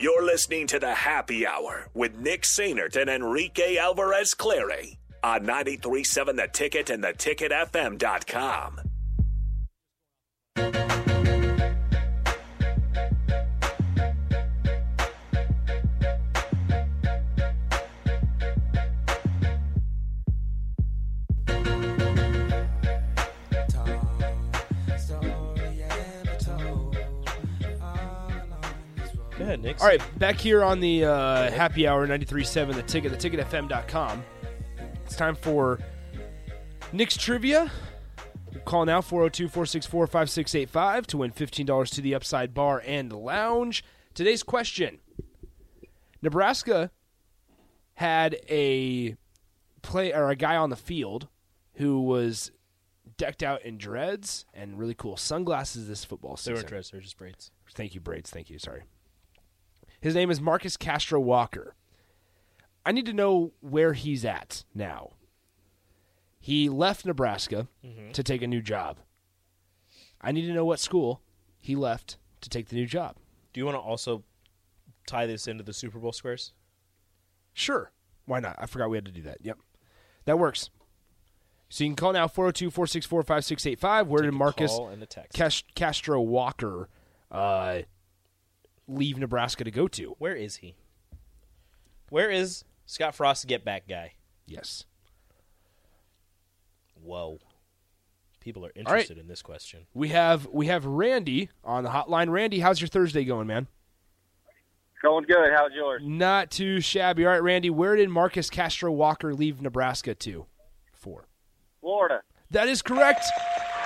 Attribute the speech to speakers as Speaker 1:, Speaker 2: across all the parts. Speaker 1: You're listening to the Happy Hour with Nick Sainert and Enrique Alvarez Clary on 937 The Ticket and theticketfm.com.
Speaker 2: Go ahead, Nick.
Speaker 3: All right, back here on the uh, happy hour 93.7, the ticket, the ticketfm.com. It's time for Nick's Trivia. Call now 402 464 5685 to win $15 to the Upside Bar and Lounge. Today's question Nebraska had a play or a guy on the field who was decked out in dreads and really cool sunglasses this football
Speaker 2: They
Speaker 3: season.
Speaker 2: weren't dressed. They were just braids.
Speaker 3: Thank you, Braids. Thank you. Sorry. His name is Marcus Castro Walker. I need to know where he's at now. He left Nebraska to take a new job. I need to know what school he left to take the new job.
Speaker 2: Do you want to also tie this into the Super Bowl squares?
Speaker 3: Sure. Why not? I forgot we had to do that. Yep. That works. So you can call now 402 464 5685. Where did
Speaker 2: The
Speaker 3: Marcus
Speaker 2: call and the text.
Speaker 3: Cas- Castro Walker uh, leave Nebraska to go to?
Speaker 2: Where is he? Where is Scott Frost's get back guy?
Speaker 3: Yes.
Speaker 2: Whoa. People are
Speaker 3: right.
Speaker 2: interested in this question.
Speaker 3: We have we have Randy on the hotline. Randy, how's your Thursday going, man?
Speaker 4: Going good. How's yours?
Speaker 3: Not too shabby. All right, Randy, where did Marcus Castro Walker leave Nebraska to? For
Speaker 4: Florida.
Speaker 3: that is correct,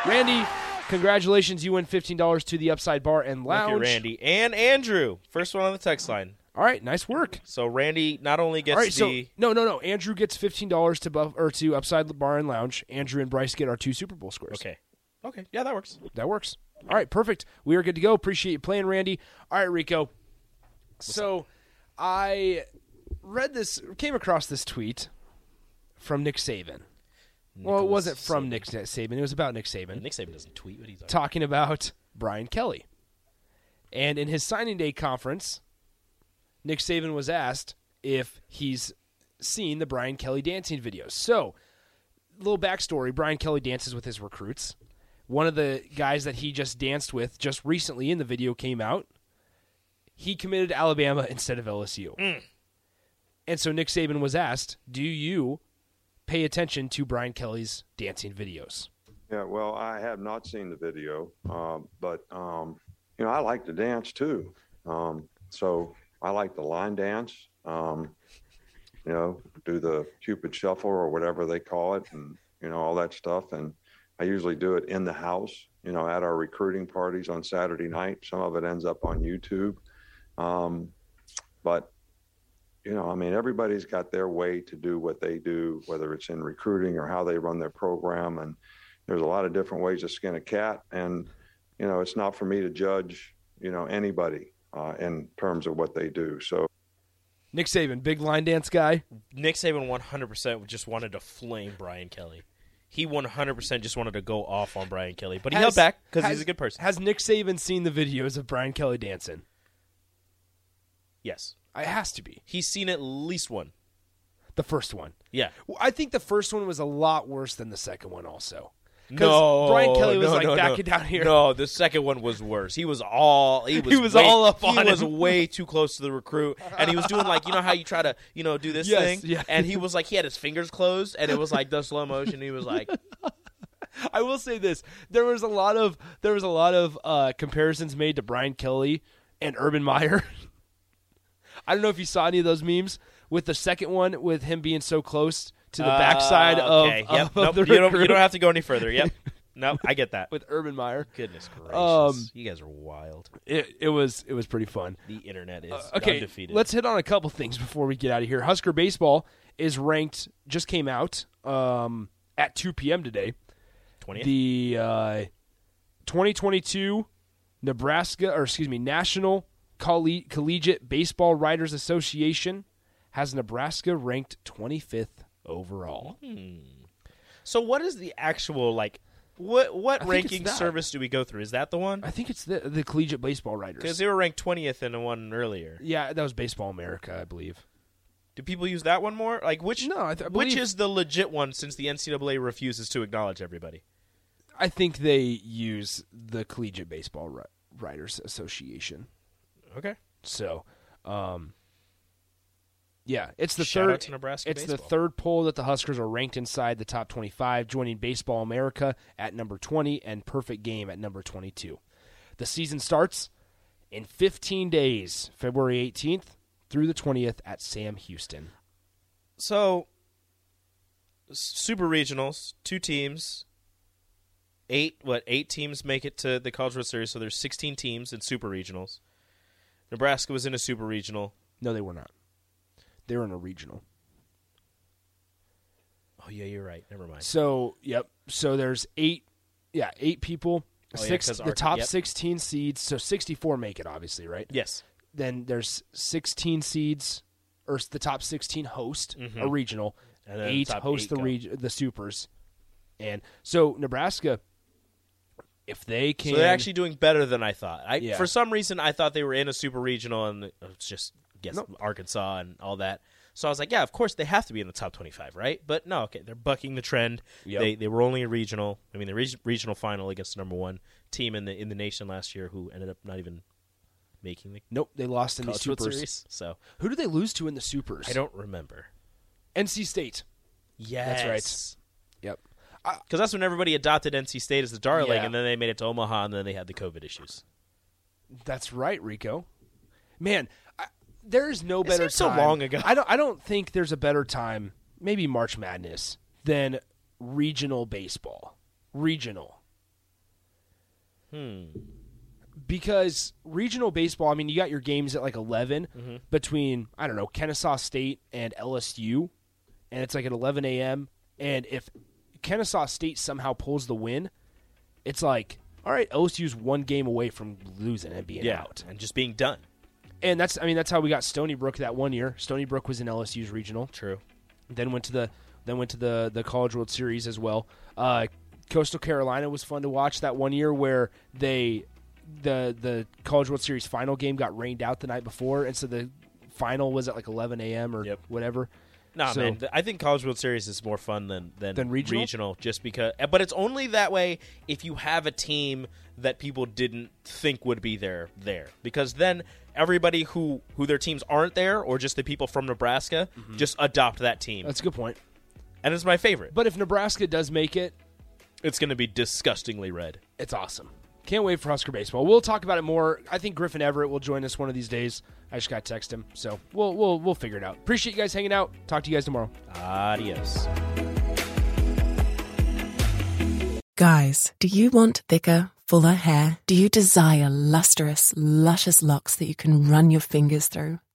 Speaker 3: Randy. Congratulations, you win fifteen dollars to the Upside Bar and Lounge.
Speaker 2: Thank you, Randy and Andrew. First one on the text line.
Speaker 3: All right, nice work.
Speaker 2: So Randy not only gets
Speaker 3: All right,
Speaker 2: the
Speaker 3: so no, no, no. Andrew gets fifteen dollars to buff, or to Upside Bar and Lounge. Andrew and Bryce get our two Super Bowl squares.
Speaker 2: okay, okay, yeah, that works.
Speaker 3: that works. All right, perfect. We are good to go. Appreciate you playing, Randy. All right, Rico. so I read this, came across this tweet from Nick Saban. well, it
Speaker 2: Nicholas
Speaker 3: wasn't from
Speaker 2: Saban.
Speaker 3: Nick Saban. It was about Nick Saban
Speaker 2: Nick Saban doesn't tweet what he's on.
Speaker 3: talking about Brian Kelly. And in his signing day conference, Nick Saban was asked if he's seen the Brian Kelly dancing videos. So, little backstory Brian Kelly dances with his recruits. One of the guys that he just danced with just recently in the video came out. He committed to Alabama instead of LSU. And so Nick Saban was asked, Do you pay attention to Brian Kelly's dancing videos?
Speaker 5: Yeah, well, I have not seen the video, um, but um, you know, I like to dance too. Um, so I like the line dance. Um, you know, do the cupid shuffle or whatever they call it, and you know all that stuff. And I usually do it in the house. You know, at our recruiting parties on Saturday night. Some of it ends up on YouTube, um, but you know, I mean, everybody's got their way to do what they do, whether it's in recruiting or how they run their program, and there's a lot of different ways to skin a cat and you know it's not for me to judge you know anybody uh, in terms of what they do so
Speaker 3: Nick Saban, big line dance guy.
Speaker 2: Nick Saban 100% just wanted to flame Brian Kelly. He 100% just wanted to go off on Brian Kelly, but he held back because
Speaker 3: has-
Speaker 2: he's a good person.
Speaker 3: Has Nick Saban seen the videos of Brian Kelly dancing?
Speaker 2: yes,
Speaker 3: It has to be
Speaker 2: he's seen at least one.
Speaker 3: the first one.
Speaker 2: Yeah,
Speaker 3: Well, I think the first one was a lot worse than the second one. Also, 'Cause
Speaker 2: no,
Speaker 3: Brian Kelly was
Speaker 2: no,
Speaker 3: like
Speaker 2: no, no.
Speaker 3: backing down here.
Speaker 2: No, the second one was worse. He was all he was,
Speaker 3: He was
Speaker 2: way-
Speaker 3: all up on
Speaker 2: He was
Speaker 3: him.
Speaker 2: way too close to the recruit, and he was doing like you know how you try to you know do this
Speaker 3: Yes,
Speaker 2: thing,
Speaker 3: yeah.
Speaker 2: and he was like he had his fingers closed, and it was like the slow motion. He was like,
Speaker 3: I will say this: there was a lot of there was a lot of uh, comparisons made to Brian Kelly and Urban Meyer. I don't know if you saw any of those memes with the second one with him being so close to the backside
Speaker 2: "Uh,
Speaker 3: of,
Speaker 2: okay,
Speaker 3: of,
Speaker 2: yep,
Speaker 3: of
Speaker 2: nope,
Speaker 3: the
Speaker 2: you don't, you
Speaker 3: recruit
Speaker 2: don't have to go any further. Yep, no, I get that.
Speaker 3: with Urban Meyer.
Speaker 2: Goodness gracious,
Speaker 3: Um,
Speaker 2: you guys are wild.
Speaker 3: It, it was it was pretty fun.
Speaker 2: The internet is
Speaker 3: uh, okay,
Speaker 2: undefeated.
Speaker 3: let's hit on a couple things before we get out of here. Husker baseball is ranked just came out um, at 2 p.m. today.
Speaker 2: 20th.
Speaker 3: The uh, 2022 Nebraska or excuse me National Colle- Collegiate Baseball Writers Association has Nebraska ranked 25th overall.
Speaker 2: so what is the actual like What what
Speaker 3: think it's
Speaker 2: ranking
Speaker 3: that.
Speaker 2: service do we go through? Is that the one?
Speaker 3: I think it's the the collegiate baseball
Speaker 2: Because
Speaker 3: writers.
Speaker 2: they were ranked twentieth in the one earlier.
Speaker 3: yeah, that was Baseball America, I believe.
Speaker 2: Do people use that one more? Like which?
Speaker 3: No, I th- I
Speaker 2: which
Speaker 3: believe-
Speaker 2: is the legit one since the NCAA refuses to acknowledge everybody.
Speaker 3: I think they use the Collegiate Baseball Ri- Writers Association.
Speaker 2: Okay.
Speaker 3: So, um, yeah, it's the
Speaker 2: Shout
Speaker 3: third.
Speaker 2: out to Nebraska
Speaker 3: it's the
Speaker 2: baseball.
Speaker 3: third poll that the Huskers are ranked inside the top 25, joining Baseball America at number 20 and Perfect Game at number 22. The season starts in 15 days, February 18th through the 20th at Sam Houston.
Speaker 2: So, s- super regionals, two teams, eight what eight teams make it to the College World Series. So there's 16 teams in super regionals. Nebraska was in a super regional.
Speaker 3: No, they were not. They were in a regional.
Speaker 2: Oh yeah, you're right. Never mind.
Speaker 3: So, yep. So there's eight, yeah, eight people.
Speaker 2: Oh, yeah,
Speaker 3: six,
Speaker 2: 'cause
Speaker 3: the
Speaker 2: Arca-
Speaker 3: top
Speaker 2: yep.
Speaker 3: 16 seeds. So 64 make it, obviously, right?
Speaker 2: Yes.
Speaker 3: then there's 16 seeds or s- the top 16 host a regional
Speaker 2: Mm-hmm. And then
Speaker 3: eight
Speaker 2: the top
Speaker 3: host
Speaker 2: eight
Speaker 3: the
Speaker 2: go.
Speaker 3: reg- the supers and so nebraska if they can
Speaker 2: So they're actually doing better than I thought. I
Speaker 3: Yeah.
Speaker 2: for some reason I thought they were in a super regional and it was just guess
Speaker 3: Nope.
Speaker 2: Arkansas and all that. So I was like, yeah, of course they have to be in the top 25, right? But no, okay, they're bucking the trend.
Speaker 3: Yep.
Speaker 2: They they were only a regional. I mean, the reg- regional final against the number 1 team in the in the nation last year who ended up not even making the
Speaker 3: nope they lost in the
Speaker 2: College World
Speaker 3: supers
Speaker 2: Series. So
Speaker 3: who did they lose to in the supers
Speaker 2: I don't remember.
Speaker 3: nc state
Speaker 2: Yes.
Speaker 3: right. yep
Speaker 2: Because that's when everybody adopted NC State as the darling,
Speaker 3: Yeah.
Speaker 2: and then they made it to Omaha, and then they had the COVID issues.
Speaker 3: that's right rico man I, there's no better
Speaker 2: seems so
Speaker 3: time-
Speaker 2: long ago.
Speaker 3: i don't i don't think there's a better time maybe march madness than regional baseball regional
Speaker 2: Hmm.
Speaker 3: because regional baseball, I mean, you got your games at like 11 between, I don't know, Kennesaw State and LSU, and it's like at 11 a.m. And if Kennesaw State somehow pulls the win, it's like, all right, LSU's one game away from losing and being
Speaker 2: Yeah.
Speaker 3: out.
Speaker 2: And just being done.
Speaker 3: And that's, I mean, that's how we got Stony Brook that one year. Stony Brook was in LSU's regional
Speaker 2: True.
Speaker 3: then went to the then went to the the College World Series as well. Uh, Coastal Carolina was fun to watch that one year where they the the College World Series final game got rained out the night before, and so the final was at like 11 a.m. or
Speaker 2: Yep.
Speaker 3: whatever.
Speaker 2: Nah,
Speaker 3: So-
Speaker 2: man. th- I think College World Series is more fun than than,
Speaker 3: Than regional?
Speaker 2: just because. But it's only that way if you have a team that people didn't think would be there there, because then everybody who who their teams aren't there or just the people from Nebraska just adopt that team,
Speaker 3: Mm-hmm. That's a good point.
Speaker 2: and it's my favorite. But
Speaker 3: But if Nebraska does make it,
Speaker 2: it's going to be disgustingly red.
Speaker 3: it's awesome. Can't wait for Husker baseball. We'll talk about it more. I think Griffin Everett will join us one of these days. I just got to text him, so we'll we'll we'll figure it out. Appreciate you guys hanging out. Talk to you guys tomorrow.
Speaker 2: Adios.
Speaker 6: Guys, do you want thicker, fuller hair? Do you desire lustrous, luscious locks that you can run your fingers through?